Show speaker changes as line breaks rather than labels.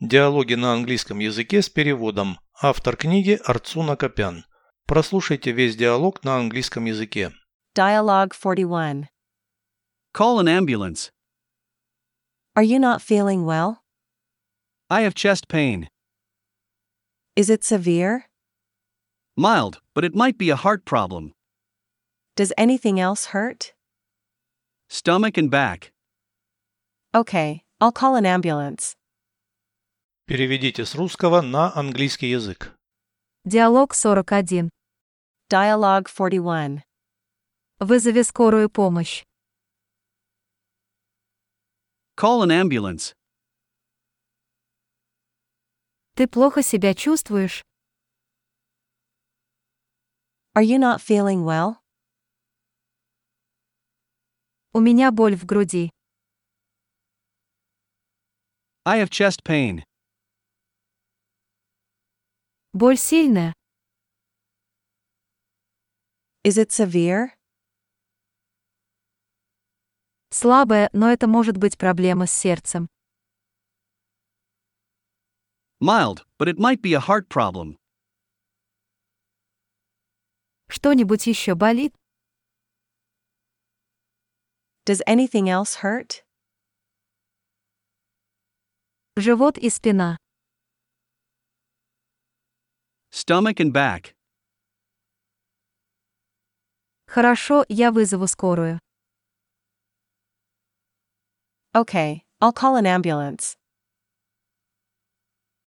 Диалоги на английском языке с переводом. Автор книги Арцуна Копян. Прослушайте весь диалог на английском языке.
Dialogue 41.
Call an ambulance.
Are you not feeling well?
I have chest pain.
Is it severe?
Mild, but it might be a heart problem.
Does anything else hurt?
Stomach and back.
Okay, I'll call an ambulance.
Переведите с русского на английский язык.
Диалог 41.
Dialogue 41.
Вызови скорую помощь.
Call an ambulance.
Ты плохо себя чувствуешь?
Are you not feeling well?
У меня боль в груди.
I have chest pain.
Боль сильная.
Is it severe?
Слабая, но это может быть проблема с сердцем.
Mild, but it might be a heart problem.
Что-нибудь еще болит?
Does anything else hurt?
Живот и спина.
Stomach and back.
Хорошо, я вызову скорую.
Okay, I'll call an ambulance.